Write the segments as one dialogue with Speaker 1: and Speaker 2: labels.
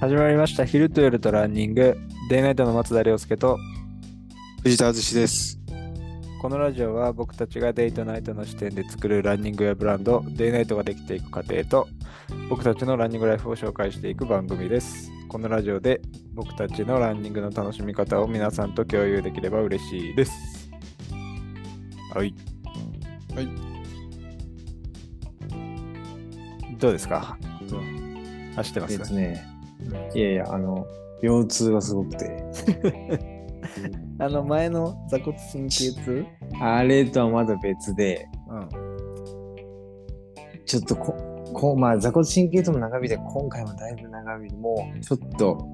Speaker 1: 始まりました昼と夜とランニングデイナイトの松田亮介と
Speaker 2: 藤田敦史です。
Speaker 1: このラジオは僕たちがデイとナイトの視点で作るランニングやブランドデイナイトができていく過程と僕たちのランニングライフを紹介していく番組ですこのラジオで僕たちのランニングの楽しみ方を皆さんと共有できれば嬉しいですはい
Speaker 2: はい
Speaker 1: どうですか走ってま
Speaker 3: ですすね。いやいや、あの、腰痛がすごくて。
Speaker 1: あの前の座骨神経痛
Speaker 3: あれとはまだ別で、
Speaker 1: うん
Speaker 3: ちょっとこ、こまあ、座骨神経痛も長引いて、今回もだいぶ長引いて、もうちょっと、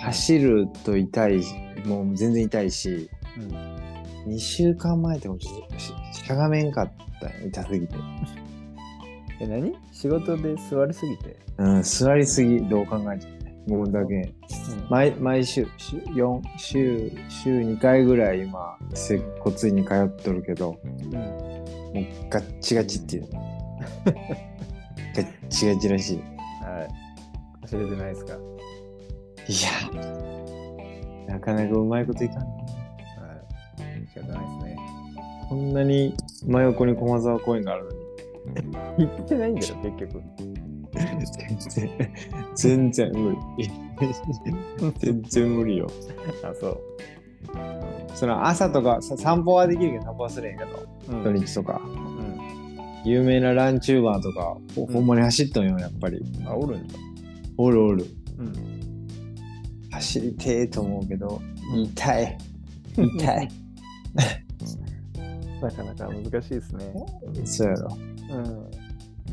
Speaker 3: 走ると痛いし、もう全然痛いし、
Speaker 1: うん
Speaker 3: 2週間前でもちょっとししゃがめんかったよ痛すぎて。
Speaker 1: え何仕事で座りすぎて、
Speaker 3: うん、座りすぎ、どう考えてもね。僕だけ。
Speaker 1: ま
Speaker 3: 毎毎週週4週週2回ぐらい今接骨院に通っとるけど、もうガッチガチっていう ガッチガチらしいい
Speaker 1: はい走れてないですか、は
Speaker 3: やなかなかうまいこといかん
Speaker 1: い、仕方ないですね
Speaker 3: こんなに真横に駒沢公園があるのに
Speaker 1: 行ってないんだよ結局
Speaker 3: 全然全然無理全然無理よ
Speaker 1: あそ
Speaker 3: その朝とかさ散歩はできるけど散歩はするんやけど
Speaker 1: う、うん
Speaker 3: 土日とか
Speaker 1: うん
Speaker 3: 有名なランチューバーとかほ,、
Speaker 1: うん
Speaker 3: ほんまに走っとんよやっぱり
Speaker 1: あおるんだ
Speaker 3: おるおる
Speaker 1: うん
Speaker 3: 走りてえと思うけど痛い痛い
Speaker 1: なかなか難しいですね
Speaker 3: そうやろ
Speaker 1: うん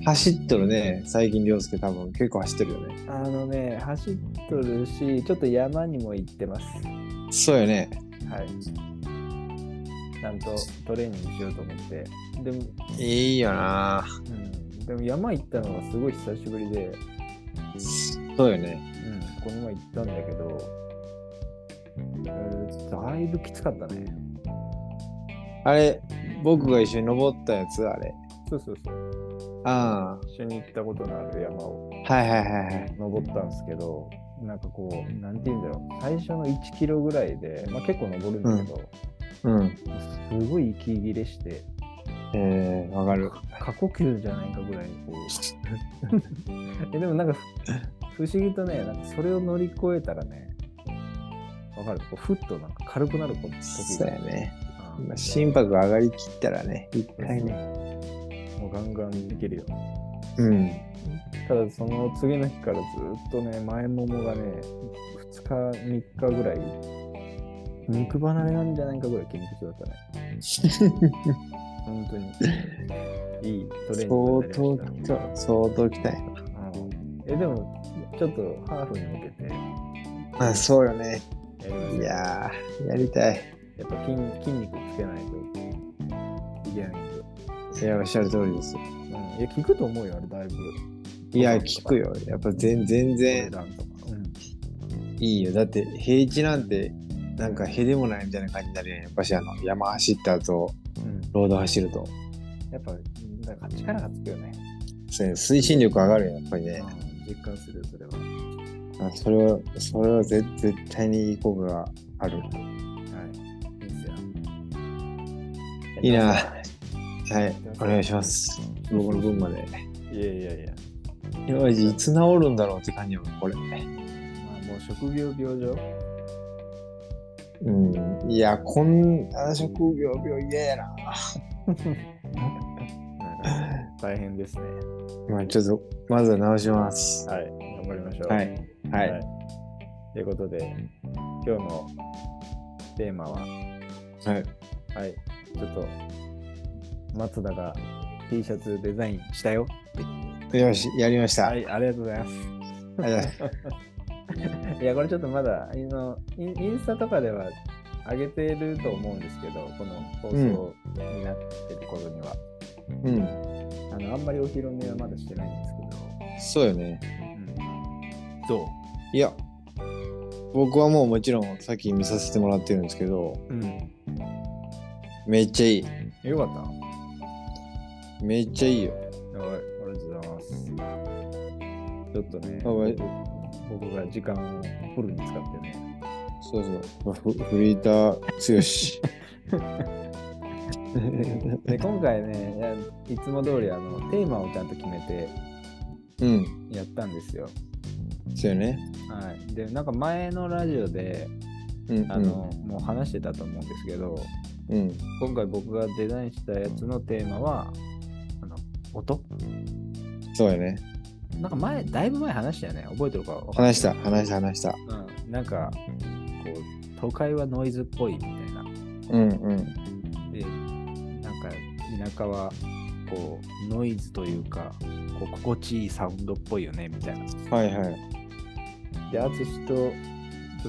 Speaker 3: 走っとるね最近涼介多分結構走ってるよね
Speaker 1: あのね走っとるしちょっと山にも行ってます
Speaker 3: そうよね
Speaker 1: はいちゃんとトレーニングしようと思ってでも、
Speaker 3: いいよな
Speaker 1: うん、でも山行ったのがすごい久しぶりで
Speaker 3: そうよね
Speaker 1: うん、この前行ったんだけど、えーだいぶきつかったね。
Speaker 3: あれ僕が一緒に登ったやつあれ
Speaker 1: そうそうそう。
Speaker 3: あ
Speaker 1: 一緒に行ったことのある山を
Speaker 3: あはいはいはいはい
Speaker 1: 登ったんですけど、なんかこう、なんて言うんだろう、最初の1キロぐらいで、まあ、結構登るんだけど、
Speaker 3: うん
Speaker 1: すごい息切れして、
Speaker 3: えー、わかる
Speaker 1: 過呼吸じゃないかぐらいにこう。えでもなんかふ、不思議とね、なんかそれを乗り越えたらね、わかるこうふっとなんか軽くなる時
Speaker 3: そう
Speaker 1: が
Speaker 3: やね
Speaker 1: うん
Speaker 3: まあ心拍が上がりきったらね一回ね
Speaker 1: もうガンガンいけるよ。
Speaker 3: うん
Speaker 1: ただその次の日からずっとね前ももがね2日3日ぐらい肉離れなんじゃないかぐらい筋肉痛だったね 本当にいいトレーニングになりまし
Speaker 3: 相当き
Speaker 1: た
Speaker 3: 相当きたい
Speaker 1: たうんえでもちょっとハーフに向けて
Speaker 3: あそうよね
Speaker 1: やりましょう
Speaker 3: いやーやりたい
Speaker 1: やっぱ筋筋肉つけないといけないんで、
Speaker 3: いやおっしゃる通りです
Speaker 1: うん、いや効くと思うよあれだいぶ
Speaker 3: いや、聞くよ。やっぱ全全
Speaker 1: 値
Speaker 3: 然
Speaker 1: 段とか、
Speaker 3: いいよ。だって平地なんて、なんかへでもないみたいな感じになるやん。やっぱしあの、山走った後、
Speaker 1: うんうん、
Speaker 3: ロード走ると。
Speaker 1: やっぱなんか力がつくよね、
Speaker 3: そうね推進力上がるよ、やっぱりね。
Speaker 1: うん実感するそれは
Speaker 3: あそれは、それは絶絶対にいい効果がある。
Speaker 1: はい。いいですよ。
Speaker 3: いいな。
Speaker 1: い
Speaker 3: はい、お願いします。僕の分まで。
Speaker 1: やいやいや。
Speaker 3: よし、いつ治るんだろうって感じよ、これ。
Speaker 1: まあ、もう職業病上。
Speaker 3: うん。いや、こんな職業病嫌やな。
Speaker 1: なんか大変ですね。
Speaker 3: まあ、ちょっと、まずは直します。
Speaker 1: はい。頑張りましょう。
Speaker 3: はい。はい。
Speaker 1: ということで、今日のテーマは、
Speaker 3: はい。
Speaker 1: はい。ちょっと、松田が T シャツデザインしたよ。
Speaker 3: よし、やりました。
Speaker 1: はい。ありがとうございます。
Speaker 3: ありがとうございます
Speaker 1: いや、これちょっとまだ、あのインインスタとかでは上げてると思うんですけど、この放送になってる頃には。
Speaker 3: うん、
Speaker 1: あのあんまりお披露目はまだしてないんです
Speaker 3: そうよね。
Speaker 1: けど、ど
Speaker 3: いや、僕はもうもちろんさっき見させてもらってるんですけど、
Speaker 1: う、うん、
Speaker 3: めっちゃいい。
Speaker 1: よかった。
Speaker 3: めっちゃいいよ。
Speaker 1: はい、ありがとうございます。ちょっとね、
Speaker 3: あおい
Speaker 1: 僕僕が時間をフルに使ってね。
Speaker 3: そうそう。ふフリーター強し。
Speaker 1: で、今回ね、いやいつも通りあのテーマをちゃんと決めて
Speaker 3: うん。
Speaker 1: やったんですよ。
Speaker 3: そうよね。
Speaker 1: はい。で、なんか前のラジオで、
Speaker 3: うん。
Speaker 1: あの、もう話してたと思うんですけど、
Speaker 3: うん。
Speaker 1: 今回僕がデザインしたやつのテーマは、あの、音
Speaker 3: そうよね。
Speaker 1: なんか前、だいぶ前話したよね。覚えてるかわかんない
Speaker 3: 話した、話した、話した。
Speaker 1: うん、なんかこう都会はノイズっぽいみたいな
Speaker 3: うんうん。
Speaker 1: でなんか田舎はこうノイズというかこう心地いいサウンドっぽいよねみたいな
Speaker 3: はいはい。
Speaker 1: で淳とちょ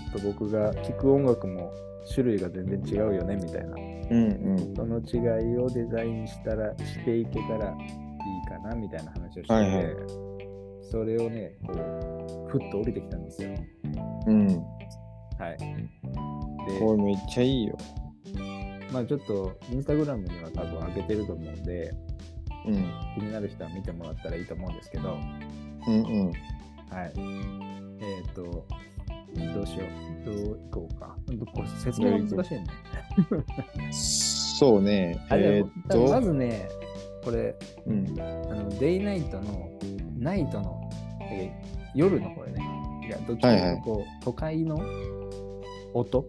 Speaker 1: っと僕が聴く音楽も種類が全然違うよねみたいな
Speaker 3: うんうん。
Speaker 1: その違いをデザインしたらしていけたらいいかなみたいな話をしてて、
Speaker 3: はいはい
Speaker 1: それをねこうふっと降りてきたんですよ
Speaker 3: うん。
Speaker 1: はいで
Speaker 3: これめっちゃいいよ。
Speaker 1: まあちょっとインスタグラムには多分上げてると思うんで、
Speaker 3: うん。
Speaker 1: 気になる人は見てもらったらいいと思うんですけど、はい。
Speaker 3: うん
Speaker 1: えっ、と、どうしよう。どういこうか。どこ説明が難しいね。
Speaker 3: うん。そうね。
Speaker 1: あれ、
Speaker 3: えーっと。
Speaker 1: まずね、これ、
Speaker 3: うん。
Speaker 1: あのデイナイトの、ナイトの、えー夜のこれね、いやどっちかというとこう、都会の音を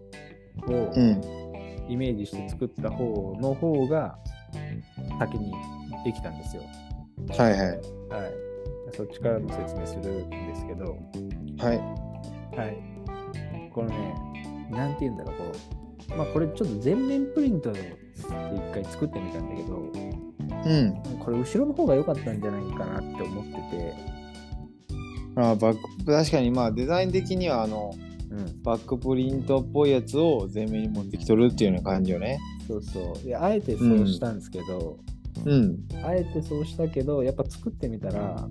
Speaker 3: うん。
Speaker 1: イメージして作った方の方が先にできたんですよ。
Speaker 3: はいはい。
Speaker 1: はい、そっちからも説明するんですけど、
Speaker 3: はい。
Speaker 1: はい、このね、なんて言うんだろう、こうまあ、これちょっと全面プリントで一回作ってみたんだけど、
Speaker 3: うん。
Speaker 1: これ後ろの方が良かったんじゃないかなって思ってて、
Speaker 3: あーバック確かにまあデザイン的にはあの
Speaker 1: うん、
Speaker 3: バックプリントっぽいやつを前面に持ってきとるっていうような感じよね。
Speaker 1: そうそうで、あえてそうしたんですけど、
Speaker 3: うん。
Speaker 1: あえてそうしたけど、やっぱ作ってみたら、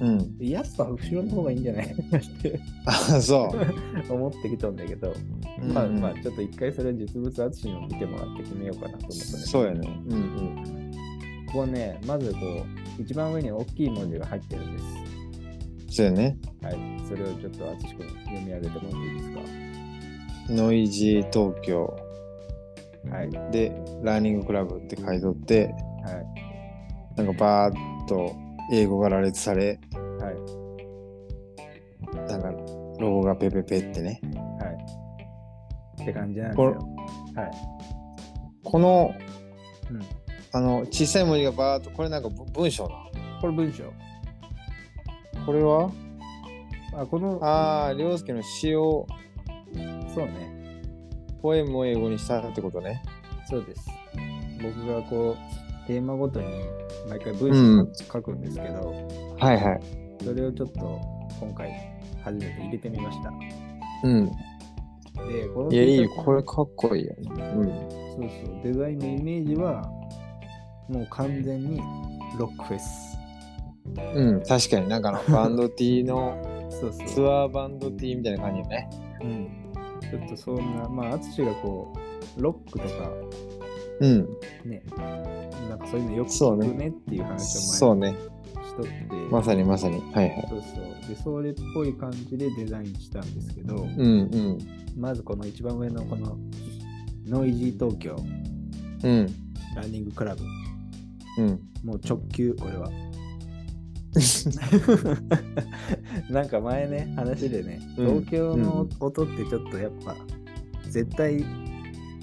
Speaker 3: うん。
Speaker 1: やっぱ後ろの方がいいんじゃない かなって
Speaker 3: あ そう。
Speaker 1: 思ってきたんだけど、
Speaker 3: うん
Speaker 1: まあまあ、ちょっと一回それ実物淳にも見てもらって決めようかなと思ったね。
Speaker 3: そうやね。うん
Speaker 1: ここね、まずこう、一番上に大きい文字が入ってるんです。
Speaker 3: うん。そうやね。
Speaker 1: はい。それをちょっと淳君読み上げてもらっていいです
Speaker 3: ノイジー東京
Speaker 1: か。はい。
Speaker 3: でラーニングクラブって書いとって
Speaker 1: は
Speaker 3: なんかバーッと英語が羅列され
Speaker 1: い。はい。
Speaker 3: なんかロゴがペペペってね。
Speaker 1: はい。って感じなんです
Speaker 3: これ
Speaker 1: よ。はい。
Speaker 3: この
Speaker 1: うん。
Speaker 3: あの小さい文字がバーッとこれなんかぶ文章な
Speaker 1: これ文章。
Speaker 3: のこれは
Speaker 1: あ、この、
Speaker 3: ああ涼介の詩を
Speaker 1: そうね。
Speaker 3: ポエムを英語にしたってことね。
Speaker 1: そうです。僕がこう、テーマごとに毎回文章を書くんですけど、
Speaker 3: はいはい。
Speaker 1: それをちょっと今回初めて入れてみました。
Speaker 3: うん。
Speaker 1: で、この
Speaker 3: いや、いい
Speaker 1: T シャ
Speaker 3: よ。
Speaker 1: ツ
Speaker 3: これかっこいいよね。
Speaker 1: そうそう、デザインのイメージは、もう完全にロックフェス。
Speaker 3: うん。うん、確かになんかあのバンド T の
Speaker 1: そう
Speaker 3: ツ
Speaker 1: そう。
Speaker 3: アーバンド T みたいな感じよね。
Speaker 1: うん、ちょっとそんな、まあ、淳がこう、ロックとか、
Speaker 3: うん。
Speaker 1: ね、なんかそういうのよく
Speaker 3: そう
Speaker 1: 聞
Speaker 3: ね
Speaker 1: くねっていう話
Speaker 3: そ
Speaker 1: を
Speaker 3: うね。
Speaker 1: 前にしとって、
Speaker 3: まさにまさに。はいはい。
Speaker 1: そうそう。で、それっぽい感じでデザインしたんですけど、
Speaker 3: うん
Speaker 1: まずこの一番上のこの、ノイジー東京
Speaker 3: うん。うん。
Speaker 1: ランニングクラブ、
Speaker 3: うん。
Speaker 1: もう直球、これは。 なんか前ね話でね
Speaker 3: うん
Speaker 1: 東京の音ってちょっとやっぱ、絶対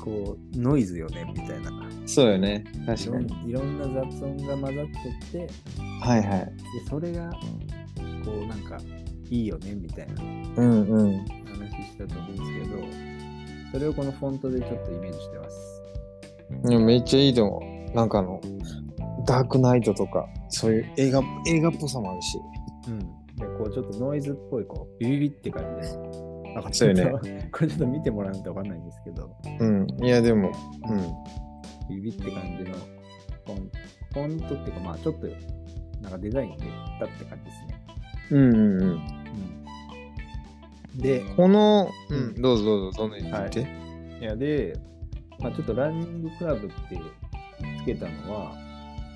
Speaker 1: こうノイズよねみたいな
Speaker 3: そうよね。
Speaker 1: い
Speaker 3: 確
Speaker 1: ろ
Speaker 3: か
Speaker 1: ん
Speaker 3: に。
Speaker 1: いろんな雑音が混ざってってで
Speaker 3: はいはい。
Speaker 1: それがこうなんかいいよねみたいな
Speaker 3: うんうん。
Speaker 1: 話したと思うんですけどそれをこのフォントでちょっとイメージしてます
Speaker 3: いやめっちゃいいと思う。なんかあの、ダークナイトとか、そういう映画、映画っぽさもあるし。
Speaker 1: うんでこうちょっとノイズっぽいこうビビビって感じですなんか
Speaker 3: そうよね
Speaker 1: ちょっと これちょっと見てもらわないとわかんないんですけど
Speaker 3: うん。いや、でも、う
Speaker 1: 指って感じのフォンフォントっていうかまあちょっとなんかデザインでたって感じですね。
Speaker 3: ん。うんうんうん。
Speaker 1: で
Speaker 3: この、
Speaker 1: う
Speaker 3: うんん、どうぞどうぞ、どんどん言ってみて。
Speaker 1: いやで、まあ、ちょっとランニングクラブってつけたのは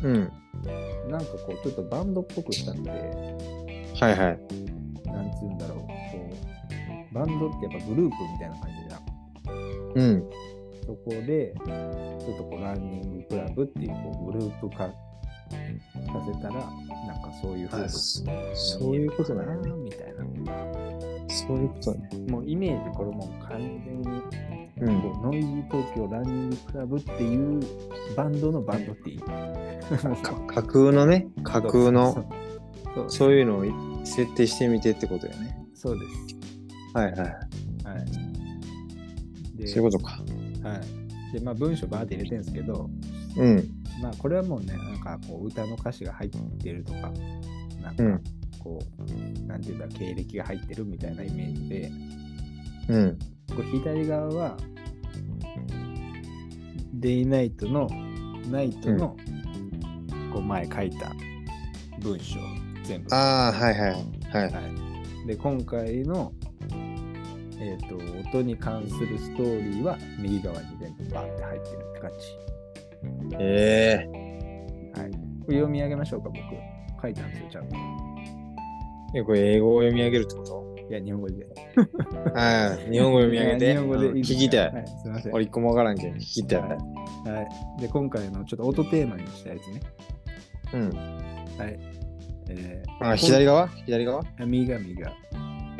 Speaker 3: うん。
Speaker 1: なんかこうちょっとバンドっぽくしたんで
Speaker 3: はいはい。
Speaker 1: なんつうんだろうこバンドってやっぱグループみたいな感じじゃん。
Speaker 3: うん。
Speaker 1: そこで、ちょっとこうランニングクラブっていうこうグループ化させたら、なんかそういう風に
Speaker 3: そういうことだね。
Speaker 1: みたいな。
Speaker 3: そういうことだね。
Speaker 1: もうイメージ、これもう完全に
Speaker 3: う
Speaker 1: こ
Speaker 3: ん。
Speaker 1: うノイジー東京ランニングクラブっていうバンドのバンドっていう。
Speaker 3: か架空のね、架空の、
Speaker 1: そう
Speaker 3: そういうのを設定してみてってことよね。
Speaker 1: そうで
Speaker 3: はいはい。
Speaker 1: す。はい。で
Speaker 3: そういうことか。
Speaker 1: はい。で、まあ文章バーって入れてるんですけど、
Speaker 3: うん。
Speaker 1: まあこれはもうね、なんかこう歌の歌詞が入ってるとか、なんか
Speaker 3: うん
Speaker 1: こう、なんていうんだ、経歴が入ってるみたいなイメージで、
Speaker 3: うん。
Speaker 1: こう左側は、デイナイトの、ナイトの、こう前書いた文章、全部。
Speaker 3: ああ、はいはい。はい。
Speaker 1: はい、で今回の、えー、と音に関するストーリーは右側に全部バーって入ってるって感
Speaker 3: え
Speaker 1: じ、はい、これ読み上げましょうか僕書いたんですよちゃんと
Speaker 3: えこれ英語を読み上げるってこ
Speaker 1: いや日本語で
Speaker 3: とああ、日本語読み上げ
Speaker 1: い
Speaker 3: て。
Speaker 1: や日本語でいい
Speaker 3: うん
Speaker 1: です
Speaker 3: 聞
Speaker 1: か
Speaker 3: きた。
Speaker 1: はいい、すいません、は
Speaker 3: 俺一個もわからんけど、聞きたい。
Speaker 1: い、で今回のちょっと音テーマにしたやつね、
Speaker 3: うん。
Speaker 1: はいえ
Speaker 3: あ、左側左側
Speaker 1: ー、右側右側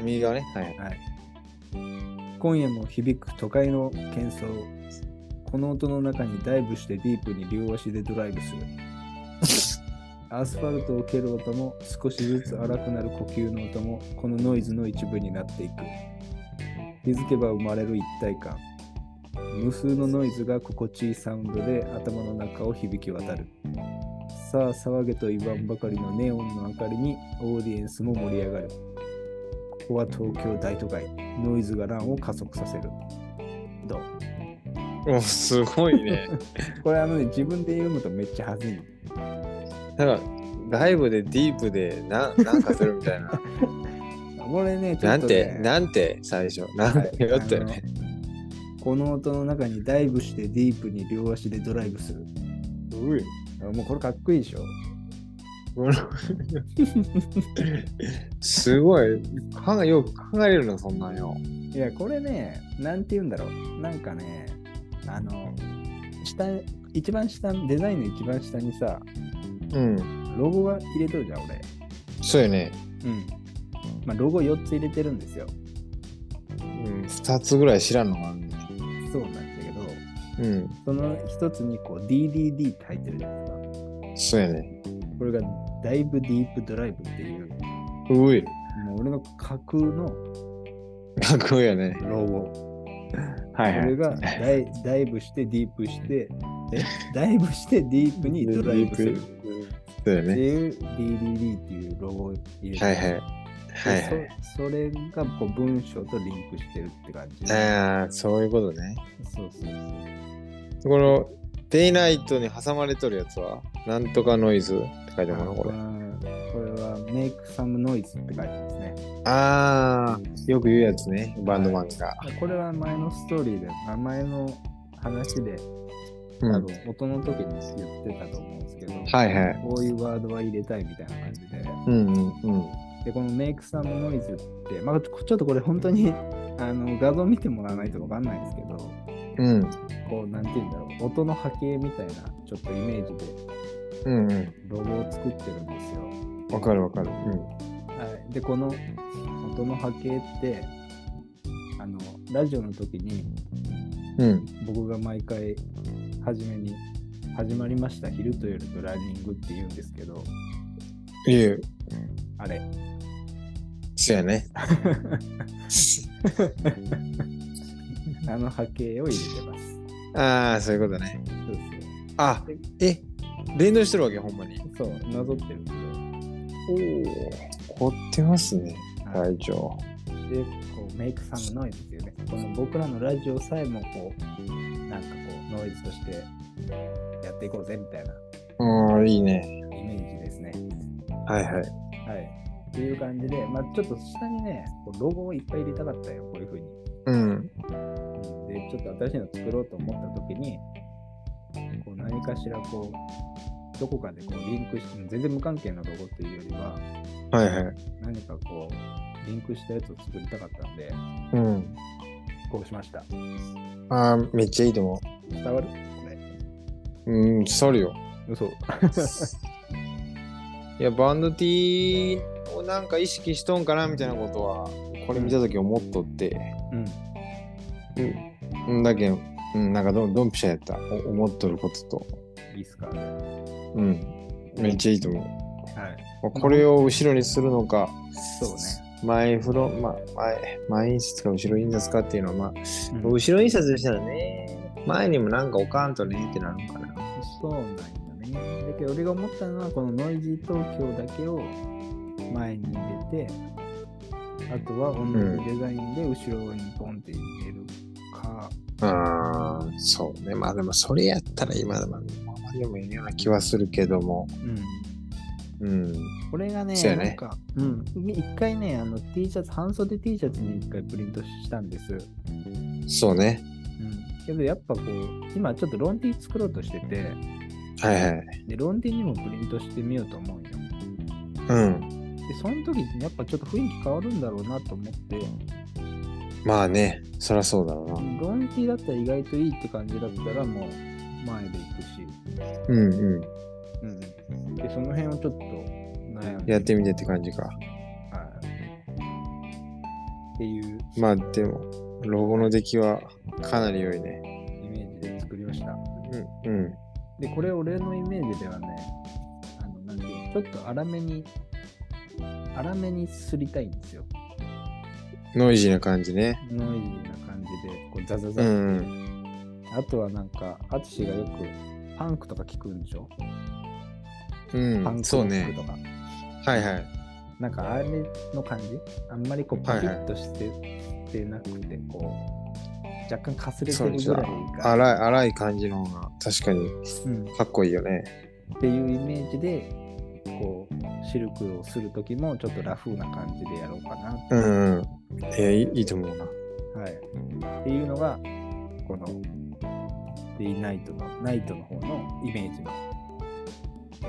Speaker 3: 右側ね。はい。
Speaker 1: はい。今夜も響く都会の喧騒。この音の中にダイブしてディープに両足でドライブする。アスファルトを蹴る音も少しずつ荒くなる呼吸の音もこのノイズの一部になっていく。気づけば生まれる一体感。無数のノイズが心地いいサウンドで頭の中を響き渡る。さあ騒げと言わんばかりのネオンの明かりにオーディエンスも盛り上がる。ここは東京大都会。ノイズが乱を加速させる。どう
Speaker 3: お、すごい ね。
Speaker 1: これあのね、自分で読むとめっちゃ恥ずい。
Speaker 3: なんか、外部でディープでななんかするみたいな。
Speaker 1: これね、ちょ
Speaker 3: な
Speaker 1: っ
Speaker 3: ん
Speaker 1: と、
Speaker 3: て
Speaker 1: ね、、
Speaker 3: なんて、最初。なんてよったよね。
Speaker 1: あのこの音の中にダイブしてディープに両足でドライブする。
Speaker 3: うい。
Speaker 1: もうこれかっこいいでしょ。
Speaker 3: このすごい。考えよく考えれるな、そんなんよ。
Speaker 1: いや、これね、なんて言うんだろう。なんかね、あの、下、一番下、デザインの一番下にさ、
Speaker 3: うん。
Speaker 1: ロゴが入れとるじゃん、俺。
Speaker 3: そうよね。
Speaker 1: うん。まあ、ロゴ4つ入れてるんですよ。
Speaker 3: うん、2つぐらい知らんのがあるね。
Speaker 1: そうなんだけど、
Speaker 3: うん。
Speaker 1: その一つにこう DDD って入ってるじゃないですか。
Speaker 3: そうやね。
Speaker 1: これがダイブディープドライブっていう、
Speaker 3: うい。
Speaker 1: もう俺の架空の
Speaker 3: かっこいいよね。
Speaker 1: ロゴ。
Speaker 3: は
Speaker 1: これがダ イダイブしてディープして、えダイブしてディープにドライブする
Speaker 3: そうや
Speaker 1: って
Speaker 3: ね。
Speaker 1: いう DDD っていうロゴを入れて、
Speaker 3: はいはい。はいは
Speaker 1: でそそれがこう文章とリンクしてるって感じ。
Speaker 3: い。ああ、そういうことね。
Speaker 1: そうそうそう。
Speaker 3: この、デイナイトに挟まれとるやつは、なんとかノイズって書いてもらうのこれ。
Speaker 1: うんこれは Make Some Noise って書いてますね。
Speaker 3: ああ、よく言うやつね。バンドマンが。
Speaker 1: これは前のストーリーで、あ前の話で
Speaker 3: う
Speaker 1: 多
Speaker 3: ん。
Speaker 1: 分音の時に言ってたと思うんですけど、
Speaker 3: はいはい
Speaker 1: こういうワードは入れたいみたいな感じで、
Speaker 3: うんうんうん。
Speaker 1: でこのメイクさんのノイズって、まあ、ちょっとこれ本当に あの画像見てもらわないとわかんないんですけど、
Speaker 3: うん
Speaker 1: こうなんて言うんだろう、音の波形みたいなちょっとイメージで
Speaker 3: うんうん。
Speaker 1: ロゴを作ってるんですよ。
Speaker 3: わかるわかる。
Speaker 1: はい、で、この音の波形って、あのラジオの時に
Speaker 3: うん。うん。
Speaker 1: 僕が毎回初めに始まりました昼と夜とランニングって言うんですけど、
Speaker 3: 言う。
Speaker 1: あれ、
Speaker 3: そうやね。
Speaker 1: あの波形を入れてます。
Speaker 3: ああ、そういうことね。
Speaker 1: そう
Speaker 3: あ、え、連動してるわけ、ほんまに。
Speaker 1: そう。そう、なぞってるんで。
Speaker 3: 凝ってますね、
Speaker 1: はい
Speaker 3: 会長。
Speaker 1: で、こう、メイクさんのノイズっていうね、この僕らのラジオさえもこう、なんかこう、ノイズとしてやっていこうぜみたいな
Speaker 3: うん、いいね。
Speaker 1: イメージですね。
Speaker 3: はいはい。
Speaker 1: はい。っていう感じで、まあちょっと下にね、こうロゴをいっぱい入れたかったよ、こういう風に。
Speaker 3: うん。
Speaker 1: うんで、ちょっと新しいの作ろうと思った時に、こう何かしらこう、どこかでこうリンクして、全然無関係なロゴというよりは、
Speaker 3: はいはい。
Speaker 1: 何かこうリンクしたやつを作りたかったんで、
Speaker 3: うん。
Speaker 1: こうしました。
Speaker 3: ああ、めっちゃいいと思
Speaker 1: 伝わるこれ。
Speaker 3: う。うん、伝わるよ。
Speaker 1: 嘘。
Speaker 3: いや、バンド T をなんか意識しとんかなみたいなことは、これ見たとき思っとって。
Speaker 1: うん。
Speaker 3: うん、だけど、うん、なんかドンドンピシャやった。お思っとることと。
Speaker 1: いいっすか。は
Speaker 3: うん。めっちゃいいと思
Speaker 1: い。
Speaker 3: う。これを後ろにするのか、
Speaker 1: そうね。
Speaker 3: 前フロ、ま、前、前印刷か後ろ印刷かっていうのは、まあ、
Speaker 1: うん
Speaker 3: 後ろ印刷したらね、前にもなんか置かんとねってなるのかな。
Speaker 1: そうなんよね。だけど俺が思ったのはこのノイジー東京だけを前に入れて、あとは同じデザインで後ろにポンって入れるか。
Speaker 3: ああ、そうね。まあでも、それやったら今でも、まあでもいいような気はするけども。
Speaker 1: うん。
Speaker 3: うん。
Speaker 1: これがね、
Speaker 3: そうやね
Speaker 1: なんか、うん。一回ね、あの T シャツ、半袖 T シャツに一回プリントしたんです。
Speaker 3: そうね。
Speaker 1: うん。けどやっぱこう、今ちょっとロン T 作ろうとしてて、
Speaker 3: はいはい。
Speaker 1: で、ロン T にもプリントしてみようと思うんよ。
Speaker 3: うん。
Speaker 1: で、その時にやっぱちょっと雰囲気変わるんだろうなと思って、
Speaker 3: まあね、そりゃそうだろうな。
Speaker 1: ロン T だったら意外といいって感じだったらもう前で行くし、
Speaker 3: うんうん。
Speaker 1: うん、でその辺をちょっと悩んで、
Speaker 3: やってみてって感じか。
Speaker 1: はいっていう
Speaker 3: まあでも、ロゴの出来はかなり良いね。
Speaker 1: イメージで作りました。
Speaker 3: うん。うん。
Speaker 1: で、これ俺のイメージではね、あの、なんていうのちょっと粗めに、粗めにすりたいんですよ。
Speaker 3: ノイジーな感じね。
Speaker 1: ノイジーな感じで、こうザザザ
Speaker 3: う
Speaker 1: って、
Speaker 3: んうん。
Speaker 1: あとはなんか、アツシがよくパンクとか聞くんでしょ、パ
Speaker 3: う
Speaker 1: ン
Speaker 3: ん、
Speaker 1: クロ
Speaker 3: そう
Speaker 1: ック
Speaker 3: ね。
Speaker 1: とか。
Speaker 3: はいはい。
Speaker 1: なんかあれの感じあんまりこうパキッとして,、てなくてこう若干かすれてるぐらいが、
Speaker 3: 荒い、荒い感じの方が確かに
Speaker 1: うん、っ
Speaker 3: かっこいいよね。
Speaker 1: ていうイメージでこうシルクをする時もちょっとラフな感じでやろうかな、
Speaker 3: うんうん。え、いいいいと思うな。
Speaker 1: はい、っていうのがこのデイナイトのナイトの方のイメージの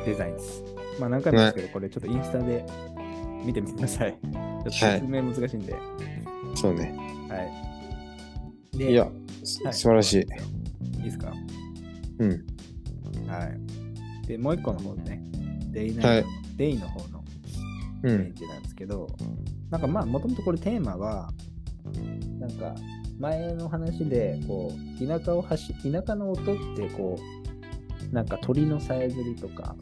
Speaker 1: デザインです。まあ何回もですけど、これちょっとインスタで見てみてください。ちょっと説明難しいんで。は
Speaker 3: そうね。
Speaker 1: い。で
Speaker 3: いや、す
Speaker 1: はい
Speaker 3: 素晴らしい。
Speaker 1: いいですか
Speaker 3: うん。
Speaker 1: はい。で、もう一個の方ね、デイナイトの、デイの方のイ
Speaker 3: う
Speaker 1: メー
Speaker 3: ん。
Speaker 1: ジなんですけど、なんかまあ、もともとこれテーマは、なんか前の話で、こう、田舎を走、田舎の音って、こう、なんか鳥のさえずりとか、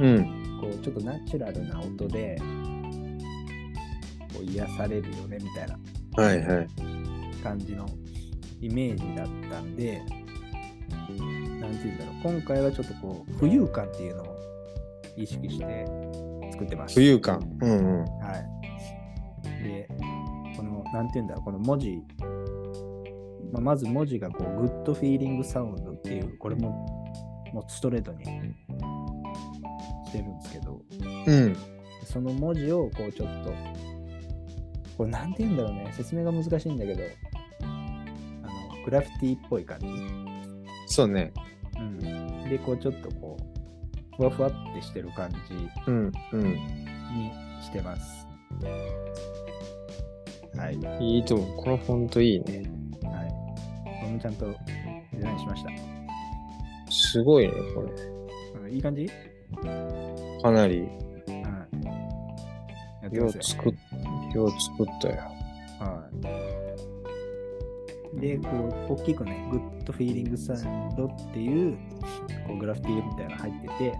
Speaker 3: うん。
Speaker 1: こう、ちょっとナチュラルな音で、こう、癒されるよね、みたいな
Speaker 3: はいはい。
Speaker 1: 感じのイメージだったんで、なんて言うんだろう、今回はちょっとこう、浮遊感っていうのを意識して作ってます。
Speaker 3: 浮遊感。うんうん。
Speaker 1: はい。で、この、なんて言うんだろう、この文字、まあまず文字がこう、グッドフィーリングサウンドっていう、これも、もうストレートにしてるんですけど、
Speaker 3: うん。
Speaker 1: その文字をこうちょっと、これなんて言うんだろうね、説明が難しいんだけど、あの、グラフィティっぽい感じ。
Speaker 3: そうね。
Speaker 1: うん。で、こうちょっとこう、ふわふわってしてる感じに
Speaker 3: うんうん。
Speaker 1: してます。はい。はい
Speaker 3: いいと思う。このフォントいいね。。
Speaker 1: これもちゃんとデザインしました。
Speaker 3: すごいね、これ。
Speaker 1: うんいい感じ
Speaker 3: かなり。
Speaker 1: うん。やって
Speaker 3: よ
Speaker 1: ま
Speaker 3: う
Speaker 1: すよ。
Speaker 3: 作っ、よう作ったよ。
Speaker 1: はい。で、こう、大きくね、グッドフィーリングサウンドっていう、こう、グラフィティみたいなの入って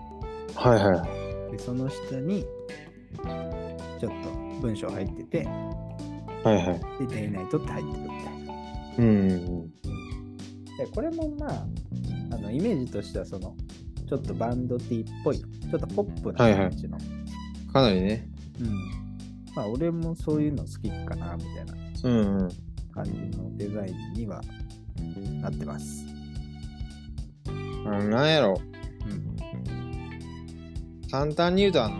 Speaker 3: はいはい。
Speaker 1: て、で、その下に、ちょっと文章入ってて、
Speaker 3: はいはい。
Speaker 1: で、デイナイトって入ってるみたいな。
Speaker 3: うんうん
Speaker 1: で、これもまあ、あの、イメージとしては、その、ちょっとバンド T っぽい、ちょっとポップな感じの。
Speaker 3: うん。かなりね。
Speaker 1: うん。まあ、俺もそういうの好きかな、みたいな
Speaker 3: うんうん。
Speaker 1: 感じのデザインにはなってます。
Speaker 3: あのなんやろ。
Speaker 1: うん。
Speaker 3: 簡単に言うと、あの、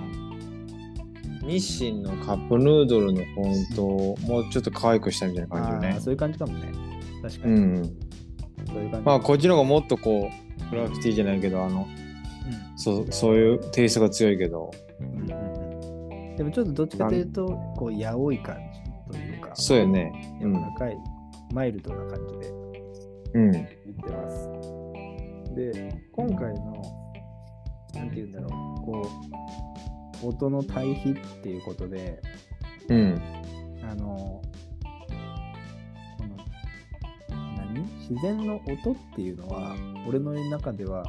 Speaker 3: 日清のカップヌードルのフォントをもうちょっと可愛くしたみたいな感じよ
Speaker 1: あー
Speaker 3: ね。
Speaker 1: そういう感じかもね。確か
Speaker 3: う
Speaker 1: に。
Speaker 3: んうん。
Speaker 1: そういう感じ。
Speaker 3: まあ、こっちの方がもっとこう、グラフィティじゃないけど、あの、
Speaker 1: う
Speaker 3: そう、そういうテイストが強いけど、
Speaker 1: んうんうんうんでもちょっとどっちかというと、こう、やおい感じというか、
Speaker 3: そうよね。う
Speaker 1: 柔
Speaker 3: ん
Speaker 1: らかい、マイルドな感じで
Speaker 3: うん。
Speaker 1: 言ってます。で、今回の、なんて言うんだろう、こう、音の対比っていうことで、
Speaker 3: うん。
Speaker 1: あの、この、何自然の音っていうのは、俺の中では、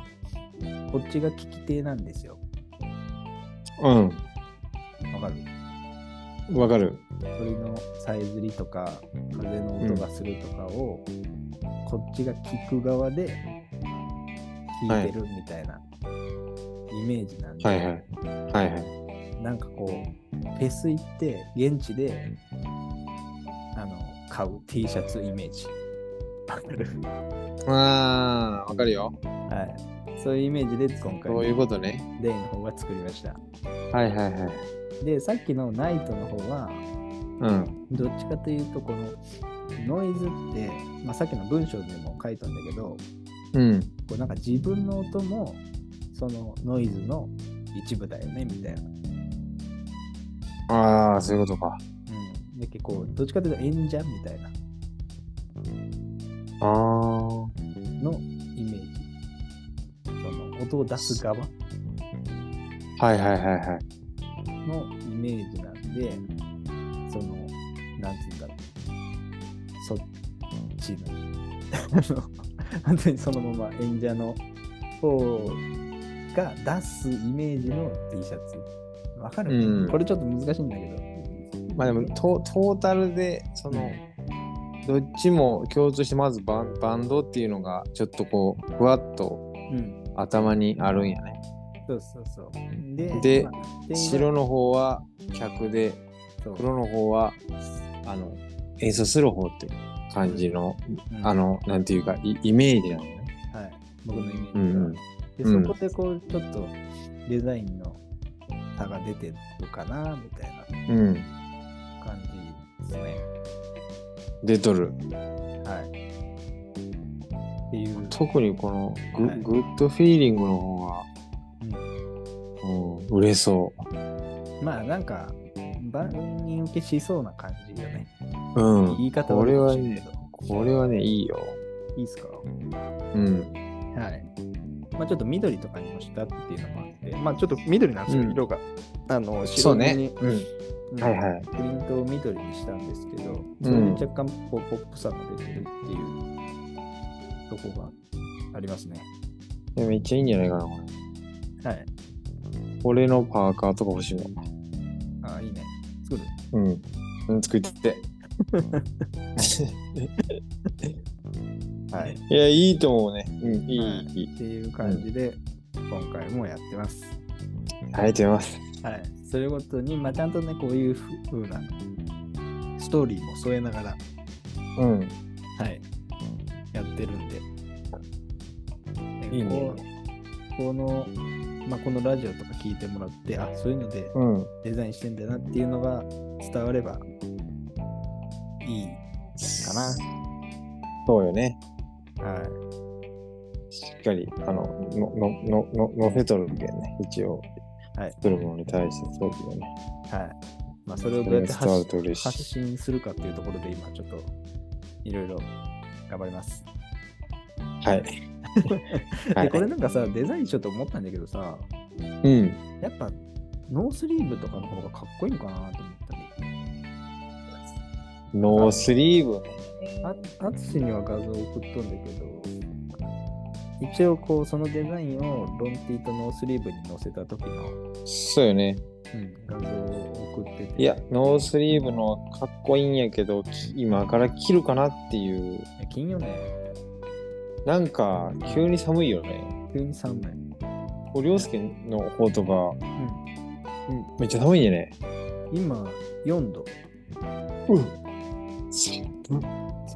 Speaker 1: こっちが聞き手なんですよ。
Speaker 3: う
Speaker 1: わかる
Speaker 3: ん。わかる。
Speaker 1: 鳥のさえずりとか、風の音がするとかを、こっちが聞く側で聞いてるみたいなイメージなんで、
Speaker 3: はいはい。はいはい。
Speaker 1: なんかこう、フェス行って、現地で、あの、買う T シャツイメ ージ。
Speaker 3: あー、わかるよ。
Speaker 1: はい。そういうイメージで今回
Speaker 3: そういうことね。
Speaker 1: デイの方は作りました。
Speaker 3: はいはいはい。
Speaker 1: で、さっきのナイトの方は、
Speaker 3: うん。
Speaker 1: どっちかというと、このノイズって、まあ、さっきの文章でも書いたんだけど、
Speaker 3: うん。
Speaker 1: こうなんか自分の音もそのノイズの一部だよねみたいな。
Speaker 3: あー、そういうことか。
Speaker 1: うん、で結構、どっちかというと演者みたいな
Speaker 3: あー。
Speaker 1: のイメージ。その音を出す側
Speaker 3: はいはいはいはい。
Speaker 1: のイメージなんで、その、なんつうんだろう。そっちの。あの 本当にそのまま演者の方が出すイメージの T シャツ。わかる、
Speaker 3: うん
Speaker 1: これちょっと難しいんだけど。
Speaker 3: まあでもト、トータルで、その、どっちも共通して、まずバンバンドっていうのが、ちょっとこう、ふわっと
Speaker 1: うん、
Speaker 3: 頭にあるんやね。
Speaker 1: そうそうそう。で、
Speaker 3: で
Speaker 1: まあ
Speaker 3: 白の方は客で、
Speaker 1: そう
Speaker 3: 黒の方は、あの、演奏する方って感じの、
Speaker 1: うん
Speaker 3: あの、なんていうか、イイメージなのね。
Speaker 1: はい、僕のイメージ
Speaker 3: うんうん
Speaker 1: で
Speaker 3: うん
Speaker 1: そこでこう、ちょっとデザインの差が出てるかな、みたいな
Speaker 3: うん。
Speaker 1: 感じですね。
Speaker 3: 出とる。
Speaker 1: はい。っていう。
Speaker 3: 特にこのグ,、
Speaker 1: はい
Speaker 3: グッドフィーリングの方が、うん、売れそ
Speaker 1: まあ、なんか、万人受けしそうな感じよね。
Speaker 3: う。うん。
Speaker 1: 言い方
Speaker 3: これは
Speaker 1: 悪い
Speaker 3: ね
Speaker 1: けど、
Speaker 3: これはね、いいよ。
Speaker 1: いいっすかは
Speaker 3: うん。
Speaker 1: い。まあ、ちょっと緑とかにもしたっていうのもあって、まあ、ちょっと緑なんですよ、
Speaker 3: うん
Speaker 1: 色が。あの、
Speaker 3: そ
Speaker 1: 白
Speaker 3: う
Speaker 1: 地に
Speaker 3: ね。うん。
Speaker 1: うん
Speaker 3: はいはい。
Speaker 1: プリントを緑にしたんですけど、
Speaker 3: うん
Speaker 1: それで若干こうポップさも出てるっていうとこがありますね。
Speaker 3: いやめっちゃいいんじゃないかな、これ。
Speaker 1: はい。
Speaker 3: 俺のパーカーとか欲しいわ。
Speaker 1: ああ、いいね。作る。
Speaker 3: うん。うん、作って。
Speaker 1: はい。
Speaker 3: いや、いいと思うね。うん、いい、
Speaker 1: はい
Speaker 3: いい。
Speaker 1: っていう感じで、今回もやってます。
Speaker 3: ありがとうございます。
Speaker 1: はい。そういうことに、まあ、ちゃんとね、こういうふ風なストーリーも添えながら、
Speaker 3: うん。
Speaker 1: はい。やってるんで。え
Speaker 3: いいね
Speaker 1: こうこの、まあ、このラジオとか聞いてもらって、あ、そういうので、
Speaker 3: うん。
Speaker 1: デザインしてんだなっていうのが伝わればいいか
Speaker 3: そうよね。
Speaker 1: な。はい。
Speaker 3: しっかり、あの、の、の、の、の、のせとるけんね。一応、
Speaker 1: はい
Speaker 3: 作るものに対してそうだよね。
Speaker 1: はい。まあ、それをどうやって
Speaker 3: それが伝わる
Speaker 1: 発
Speaker 3: と嬉しい
Speaker 1: 発信するかっていうところで今ちょっといろいろ頑張ります。
Speaker 3: はい。は
Speaker 1: で、
Speaker 3: い。
Speaker 1: これなんかさ、デザインしようと思ったんだけどさ、
Speaker 3: うん。
Speaker 1: やっぱノースリーブとかの方がかっこいいのかなと思ったり。
Speaker 3: ノースリーブ。
Speaker 1: あアツシには画像を送っとんだけど、一応こうそのデザインをロンティとノースリーブに載せた時の、
Speaker 3: そうよね。
Speaker 1: うん画像を送ってて。
Speaker 3: いや、ノースリーブのかっこいいんやけど、き今から着るかなっていう。
Speaker 1: 金曜ね、
Speaker 3: なんか、急に寒いよね。
Speaker 1: 急に寒い。
Speaker 3: おりょうすけの方とか、
Speaker 1: う
Speaker 3: うんめっちゃ寒いんやね。
Speaker 1: ん、今、4度。
Speaker 3: うん。
Speaker 1: 寒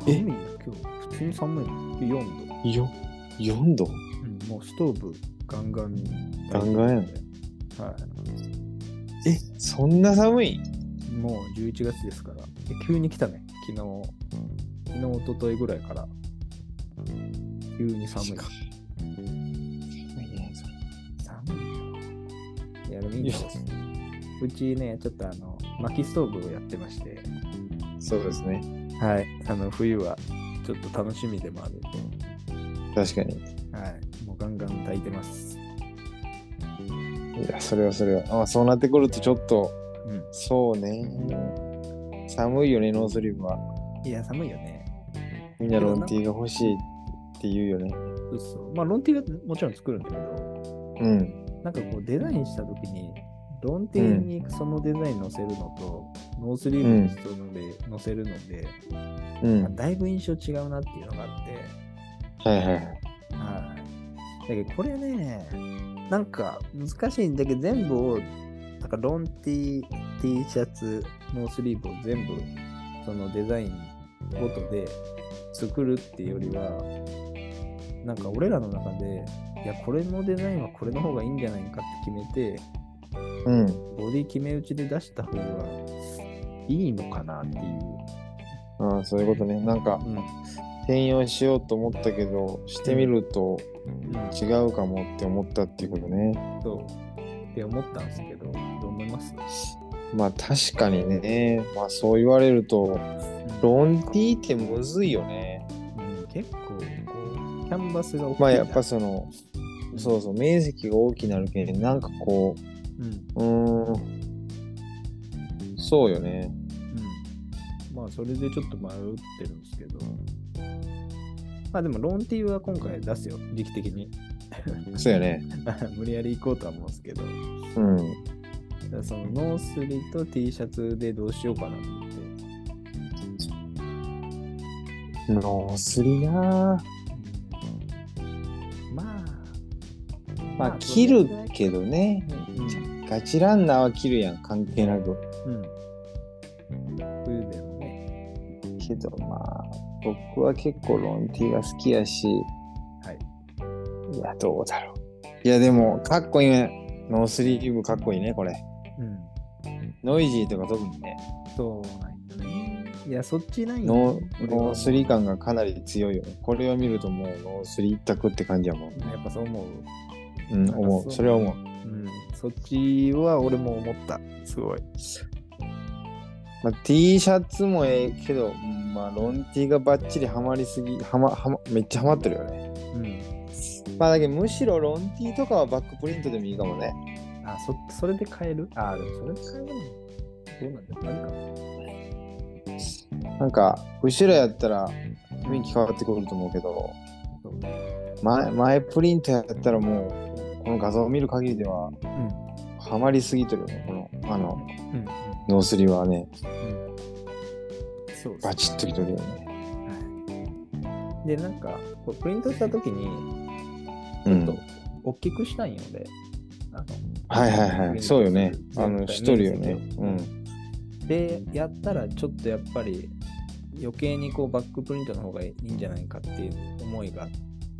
Speaker 3: え
Speaker 1: いよ、今日。普通に寒いよ。4度。
Speaker 3: よ、4度
Speaker 1: うん、もうストーブガンガンに。
Speaker 3: ガンガンやね
Speaker 1: は
Speaker 3: え、そんな寒い
Speaker 1: い。もう11月ですから。え急に来たね。昨日、昨日、一昨日ぐらいから。急に寒い。
Speaker 3: マジか寒いねそれ
Speaker 1: 寒いよ。いや、でもいいんです。うちね、ちょっとあの、薪ストーブをやってまして、
Speaker 3: そうですね。
Speaker 1: はい、あの、冬はちょっと楽しみでもあるんで、
Speaker 3: 確かに。
Speaker 1: はい、もうガンガン炊いてます。
Speaker 3: いや、それはそれは。あそうなってくるとちょっと、
Speaker 1: うん
Speaker 3: そうね。寒いよね、ノースリーブは。
Speaker 1: いや、寒いよね。
Speaker 3: みんなロンティーが欲しいって言うよね。
Speaker 1: そうそう。まあ、ロンティーはもちろん作るんだけど、
Speaker 3: うん。
Speaker 1: なんかこう、デザインしたときに、ロンティーにそのデザイン乗せるのと、ノースリーブにそので乗せるので、
Speaker 3: うん。
Speaker 1: まあ
Speaker 3: はい
Speaker 1: だいぶ印象違うなっていうのがあって、
Speaker 3: はいはい。
Speaker 1: はい。だけどこれね、なんか難しいんだけど、全部を、なんかロン T、T シャツ、ノースリーブを全部、そのデザインごとで作るっていうよりは、なんか俺らの中で、いや、これのデザインはこれの方がいいんじゃないかって決めて、
Speaker 3: うん。
Speaker 1: ボディ決め打ちで出した方がいいのかなっていう。
Speaker 3: ああ、そういうことね。なんか、
Speaker 1: うん。
Speaker 3: 転用しようと思ったけど、してみると違うかもって思ったっていうことね。
Speaker 1: そう。って思ったんですけど、どう思います
Speaker 3: まあ確かにね。まあそう言われると、ロンティーってむずいよね。
Speaker 1: うん結構こうキャンバスが大きい
Speaker 3: まあやっぱその、そうそう、面積が大きなるけん、なんかこ
Speaker 1: うん、うん、
Speaker 3: う、うーん、そうよね。
Speaker 1: まあそれでちょっと迷ってるんですけどまあでもロンティーは今回出すよ時期的に
Speaker 3: そうよね。
Speaker 1: 無理やり行こうとは思うんですけど
Speaker 3: うん。
Speaker 1: だからそのノースリと T シャツでどうしようかなと思って
Speaker 3: ノースリなぁ
Speaker 1: まあ
Speaker 3: まあ切るけどね。
Speaker 1: うん、うん
Speaker 3: ガチランナーは切るやん、関係なく。
Speaker 1: 冬でもね
Speaker 3: けどまあ、僕は結構ロンティーが好きやし、
Speaker 1: はい
Speaker 3: いや、どうだろう。いや、でも、かっこいいね。ノースリーブかっこいいね、これ。
Speaker 1: うん
Speaker 3: ノイジーとか特にね。
Speaker 1: そうなんよねいやそっちないよ俺
Speaker 3: ノー
Speaker 1: は
Speaker 3: ノースリー感がかなり強いよね。これを見るともうノースリー一択って感じやもん。
Speaker 1: やっぱそう思う。
Speaker 3: うん、
Speaker 1: なんか
Speaker 3: 思
Speaker 1: そう
Speaker 3: う。それは思う。
Speaker 1: うん。そっちは俺も思った。すごい。
Speaker 3: まあ、T シャツもええけど、うんまあ、ロンティーがバッチリハマりすぎ、はま、はま、めっちゃハマってるよね。
Speaker 1: うん。
Speaker 3: まあ、だけどむしろロンティーとかはバックプリントでもいいかもね。
Speaker 1: あ、そ、それで変えるあ、でもそれで変えるのどうなんだろうある
Speaker 3: なんか、後ろやったら雰囲気変わってくると思うけど、
Speaker 1: かそうね。
Speaker 3: 前、前プリントやったらもう、この画像を見る限りでは、ハマりすぎてるよね。この、あの、
Speaker 1: うん。うん。
Speaker 3: ノースリーはね、
Speaker 1: そうです
Speaker 3: バ
Speaker 1: ね
Speaker 3: チッときてるよね。
Speaker 1: はいで、なんか、こうプリントしたときに、
Speaker 3: う
Speaker 1: ちょっと
Speaker 3: ん。
Speaker 1: 大きくしたいんよね。あの
Speaker 3: はいはいはい。そうよね。あ
Speaker 1: 全
Speaker 3: の、
Speaker 1: 体
Speaker 3: しとるよね
Speaker 1: 面。積を
Speaker 3: うん。
Speaker 1: で、やったら、ちょっとやっぱり、余計にこうバックプリントの方がいいんじゃないかっていう思いが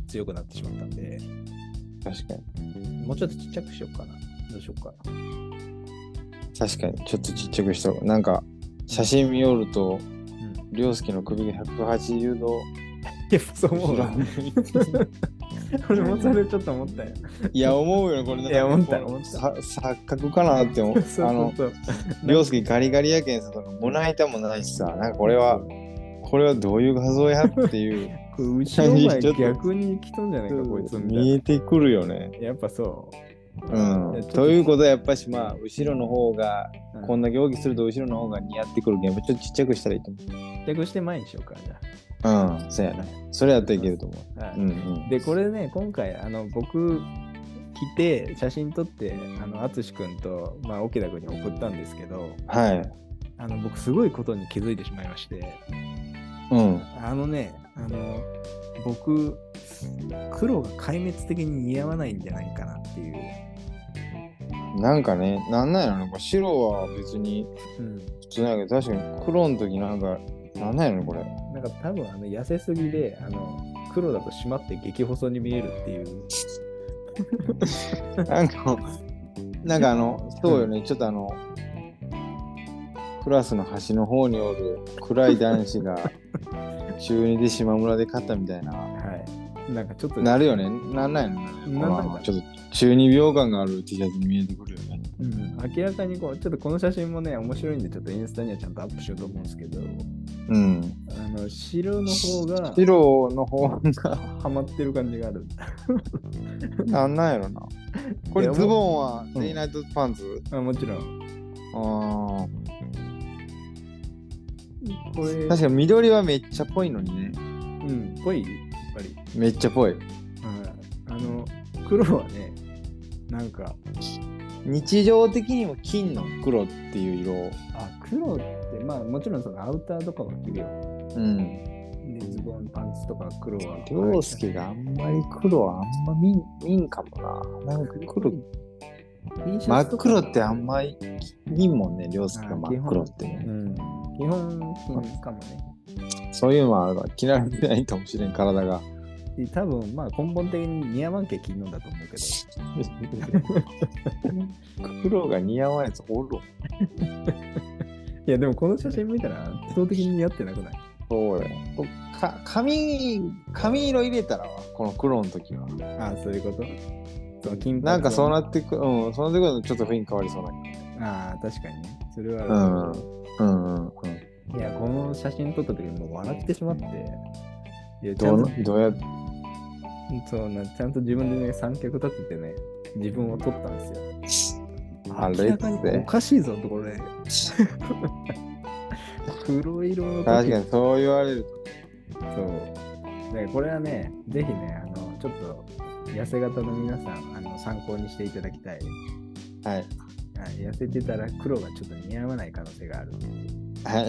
Speaker 1: 強くなってしまったんで、
Speaker 3: 確かに。
Speaker 1: もうちょっとちっちゃくしようかな。どうしようかな。
Speaker 3: 確かに。ちょっとちっちゃくした方がなんか、写真見よる
Speaker 1: う
Speaker 3: と、
Speaker 1: ん。
Speaker 3: りょうすけの首が180度
Speaker 1: いや、そう思
Speaker 3: 後
Speaker 1: う
Speaker 3: ろ
Speaker 1: わ。
Speaker 3: に。
Speaker 1: 俺もそれちょっと思ったよ。
Speaker 3: いや、思うよね、これなんか。
Speaker 1: いや思った
Speaker 3: こ
Speaker 1: 思
Speaker 3: う
Speaker 1: った
Speaker 3: さ錯覚かなって思 う。
Speaker 1: そう
Speaker 3: あ
Speaker 1: そ
Speaker 3: の
Speaker 1: う、そう。
Speaker 3: りょうすけガリガリやけんさ、胸板もないしさ、なんかこれは、これはどういう画像やっていう、
Speaker 1: こう後ろ前
Speaker 3: ちょっと
Speaker 1: 逆に来とんじゃないか、こいつみた
Speaker 3: 見
Speaker 1: い
Speaker 3: えてくるよね。
Speaker 1: な。やっぱそう。
Speaker 3: うん
Speaker 1: いやちょっ。と
Speaker 3: ということは、やっぱし、まあ、後ろの方が、
Speaker 1: うん
Speaker 3: こんだけ大きくすると後ろの方が似合ってくるけん、ちょっとちっちゃくしたらいいと
Speaker 1: 逆して前にしようか、じゃ
Speaker 3: 思う。うん、そうやな。それやったらいけると思
Speaker 1: あ。は
Speaker 3: う。うんうん
Speaker 1: い。。で、これね、今回、あの、僕、来て、写真撮って、あの、淳君と、まあ、沖田君に送ったんですけど、
Speaker 3: はい。
Speaker 1: あの、僕、すごいことに気づいてしまいまして、
Speaker 3: うん。
Speaker 1: あのね、あの、僕、黒が壊滅的に似合わないんじゃないかなっていう。
Speaker 3: なんかね、なんなんやろね、これ白は別に
Speaker 1: うん。
Speaker 3: 普通なんやけど、確かに黒の時なんか、なんなんやろね、これ。
Speaker 1: なんか多分あの痩せすぎであの黒だと締まって激細に見えるっていう。
Speaker 3: なんか、なんかあの、そうよね、ちょっとあの、クラスの端の方におる暗い男子が、中二で島村で勝ったみたいな、
Speaker 1: はい。なんかちょっと
Speaker 3: なるよね、なんなんやろ
Speaker 1: な
Speaker 3: ね、
Speaker 1: んなんだ
Speaker 3: このちょっと中二病感がある T シャツに見えてくるよね。
Speaker 1: ううん、明らかにこう、ちょっとこの写真もね、面白いんで、ちょっとインスタにはちゃんとアップしようと思うんですけど、
Speaker 3: うん。
Speaker 1: あの白の方が
Speaker 3: 白の方
Speaker 1: はまってる感じがある。
Speaker 3: が、あんなんやろな。こ
Speaker 1: い
Speaker 3: れ
Speaker 1: や
Speaker 3: ズボンは
Speaker 1: うん
Speaker 3: デイナイトパンツ、
Speaker 1: あもちろん。
Speaker 3: あ
Speaker 1: これ
Speaker 3: あ。、確かに緑はめっちゃぽいのにね。
Speaker 1: うん、ぽい、やっぱり。
Speaker 3: めっちゃぽい。
Speaker 1: うんあの、黒はね、なんか、
Speaker 3: 日常的にも金の黒っていう
Speaker 1: あ、黒って、まあもちろんそのアウターとかは着るよ。
Speaker 3: 色。うん。
Speaker 1: で、ズボン、パンツとか黒は。
Speaker 3: 涼介があんまり黒はあんま見ん見んかもな。なんか黒、
Speaker 1: T シ
Speaker 3: 真
Speaker 1: ャ
Speaker 3: っ
Speaker 1: ツとか
Speaker 3: 黒ってあんまり見んもんね、涼介が真っ黒ってね。
Speaker 1: うん。基本金かもね。
Speaker 3: そういうのもあるから着られてないかもしれん、体が。
Speaker 1: で多分、まあ根本的に似合わんけ金のだと思うけど。
Speaker 3: 黒が似合わないやつおるわ
Speaker 1: いや、でもこの写真見たら圧倒的に似合ってなくない
Speaker 3: そうだよか髪髪色入れたらわこの黒の時は
Speaker 1: ああ、そういうことその金髪
Speaker 3: なんかそう
Speaker 1: は
Speaker 3: なってくうんそうなってくるとちょっと雰囲気変わりそうな
Speaker 1: ああ、確かにね。それはある
Speaker 3: うんうんうんうん
Speaker 1: いや、この写真撮った時もう笑ってしまって。いや、ちゃ
Speaker 3: ど
Speaker 1: んと
Speaker 3: うどうやって
Speaker 1: そうな、ちゃんと自分でね、三脚立ててね、自分を撮ったんですよ。
Speaker 3: あれ
Speaker 1: 明らかにお
Speaker 3: って
Speaker 1: かしいぞ、これ。 黒色の
Speaker 3: 確
Speaker 1: 時
Speaker 3: かにそう言われる
Speaker 1: そう。だからこれはね、ぜひね、あの、ちょっと、痩せ型の皆さん、あの、参考にしていただきたい。
Speaker 3: とはい
Speaker 1: はい痩せてたら黒がちょっと似合わない可能性がある。
Speaker 3: はい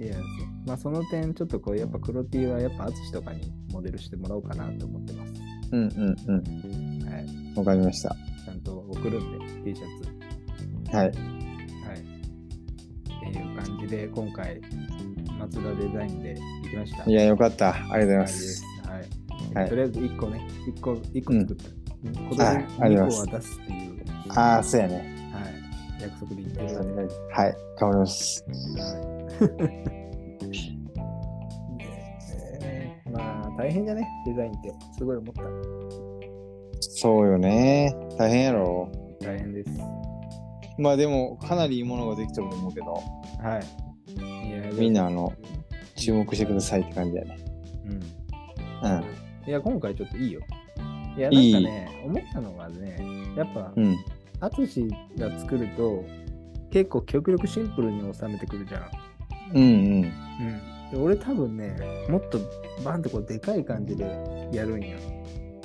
Speaker 1: いや、そうまあその点、ちょっとこう、やっぱ黒 T はやっぱ淳とかにモデルしてもらおうかなと思ってます。
Speaker 3: うんうんうん
Speaker 1: はい。
Speaker 3: わかりました
Speaker 1: ちゃんと送るんで、T シャツ。
Speaker 3: はい
Speaker 1: はい。っていう感じで、今回、松田デザインで行きました。
Speaker 3: いやよかったありがとうござい
Speaker 1: は
Speaker 3: ま
Speaker 1: い
Speaker 3: す
Speaker 1: は。
Speaker 3: はいい
Speaker 1: とりあえず1個ね、1個、一個作った。今
Speaker 3: はい
Speaker 1: 年
Speaker 3: あり
Speaker 1: 2
Speaker 3: ま
Speaker 1: 個
Speaker 3: す
Speaker 1: は出すっていう、
Speaker 3: ああそうやね
Speaker 1: はい、約束で言ってるので、
Speaker 3: はい頑張ります
Speaker 1: えーまあ大変だね、デザインって。すごい思った。
Speaker 3: そうよね大変やろ
Speaker 1: 大変です。
Speaker 3: まあでもかなりいいものができてると思うけど
Speaker 1: はい。いや
Speaker 3: みん。なあの注目してくださいって感じやね
Speaker 1: うん。
Speaker 3: うん
Speaker 1: いや、今回ちょっといいよ。いや、なんか
Speaker 3: いい
Speaker 1: ね、思ったのがね、やっぱ、
Speaker 3: うん、
Speaker 1: 淳が作ると、結構極力シンプルに収めてくるじゃん。
Speaker 3: うんうん
Speaker 1: うん。で俺多分ね、もっとバンってこうでかい感じでやるんよ。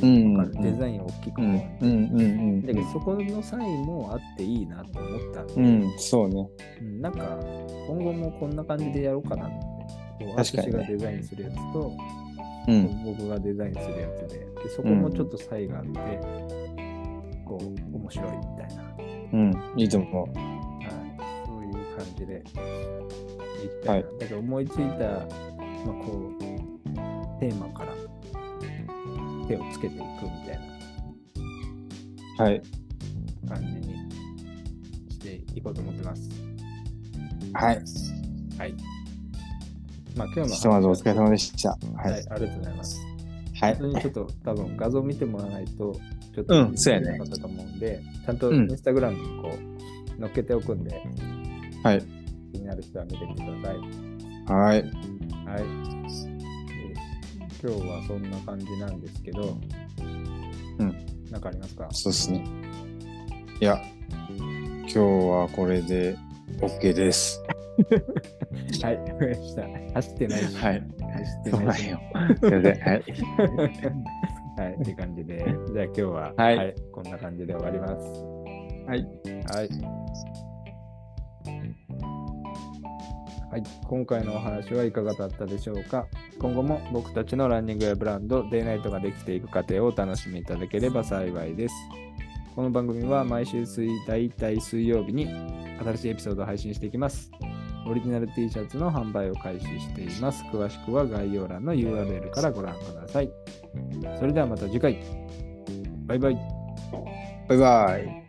Speaker 3: うん
Speaker 1: わかるデザインを大きく
Speaker 3: う
Speaker 1: こう。
Speaker 3: んうんうん
Speaker 1: だけどそこのサインもあっていいなと思ったんで、
Speaker 3: うんうんそうね
Speaker 1: うんなんか今後もこんな感じでやろうかなって。こう
Speaker 3: 確かに
Speaker 1: 私
Speaker 3: ね
Speaker 1: がデザインするやつと、
Speaker 3: うん
Speaker 1: 僕がデザインするやつでで、そこもちょっと差異があって、こう、面白いみたいな、はい、
Speaker 3: うんいいと思う
Speaker 1: そういう感じでいきたいな。だから思いついた、まあ、こう、テーマから手をつけていくみたい
Speaker 3: はい
Speaker 1: な感じにしていこうと思ってます。
Speaker 3: はい
Speaker 1: はい。まあ、今日の
Speaker 3: ひとまずお
Speaker 1: は
Speaker 3: 疲れ様でしたは
Speaker 1: はいい、ありがとうございます。
Speaker 3: は
Speaker 1: 本
Speaker 3: い
Speaker 1: 当にちょっと多分画像見てもらわないと、ちょっと、
Speaker 3: うんそうやね
Speaker 1: なかったと思うんで、ちゃんと
Speaker 3: う
Speaker 1: イ
Speaker 3: ん
Speaker 1: ンスタグラムにこう、乗っけておくんで、
Speaker 3: はい
Speaker 1: 気になる人は見てみてください。
Speaker 3: はい
Speaker 1: はい。で今日はそんな感じなんですけど、
Speaker 3: うん。
Speaker 1: なんかあります か
Speaker 3: そうですねいや今日はこれで OK です
Speaker 1: はい、わかりました。走ってないし。
Speaker 3: はい
Speaker 1: 走って
Speaker 3: そう
Speaker 1: な
Speaker 3: ないん
Speaker 1: し。
Speaker 3: よすいませんはい
Speaker 1: はい、って感じで、じゃあ今日は、
Speaker 3: はい
Speaker 1: こんな感じで終わります。
Speaker 3: はい。
Speaker 1: はい。はい、今回のお話はいかがだったでしょうか今後も僕たちのランニングやブランド、デイナイトができていく過程をお楽しみいただければ幸いです。この番組は毎週水、大体水曜日に新しいエピソードを配信していきます。オリジナル T シャツの販売を開始しています。詳しくは概要欄の URL からご覧ください。それではまた次回。バイバイ。
Speaker 3: バイバイ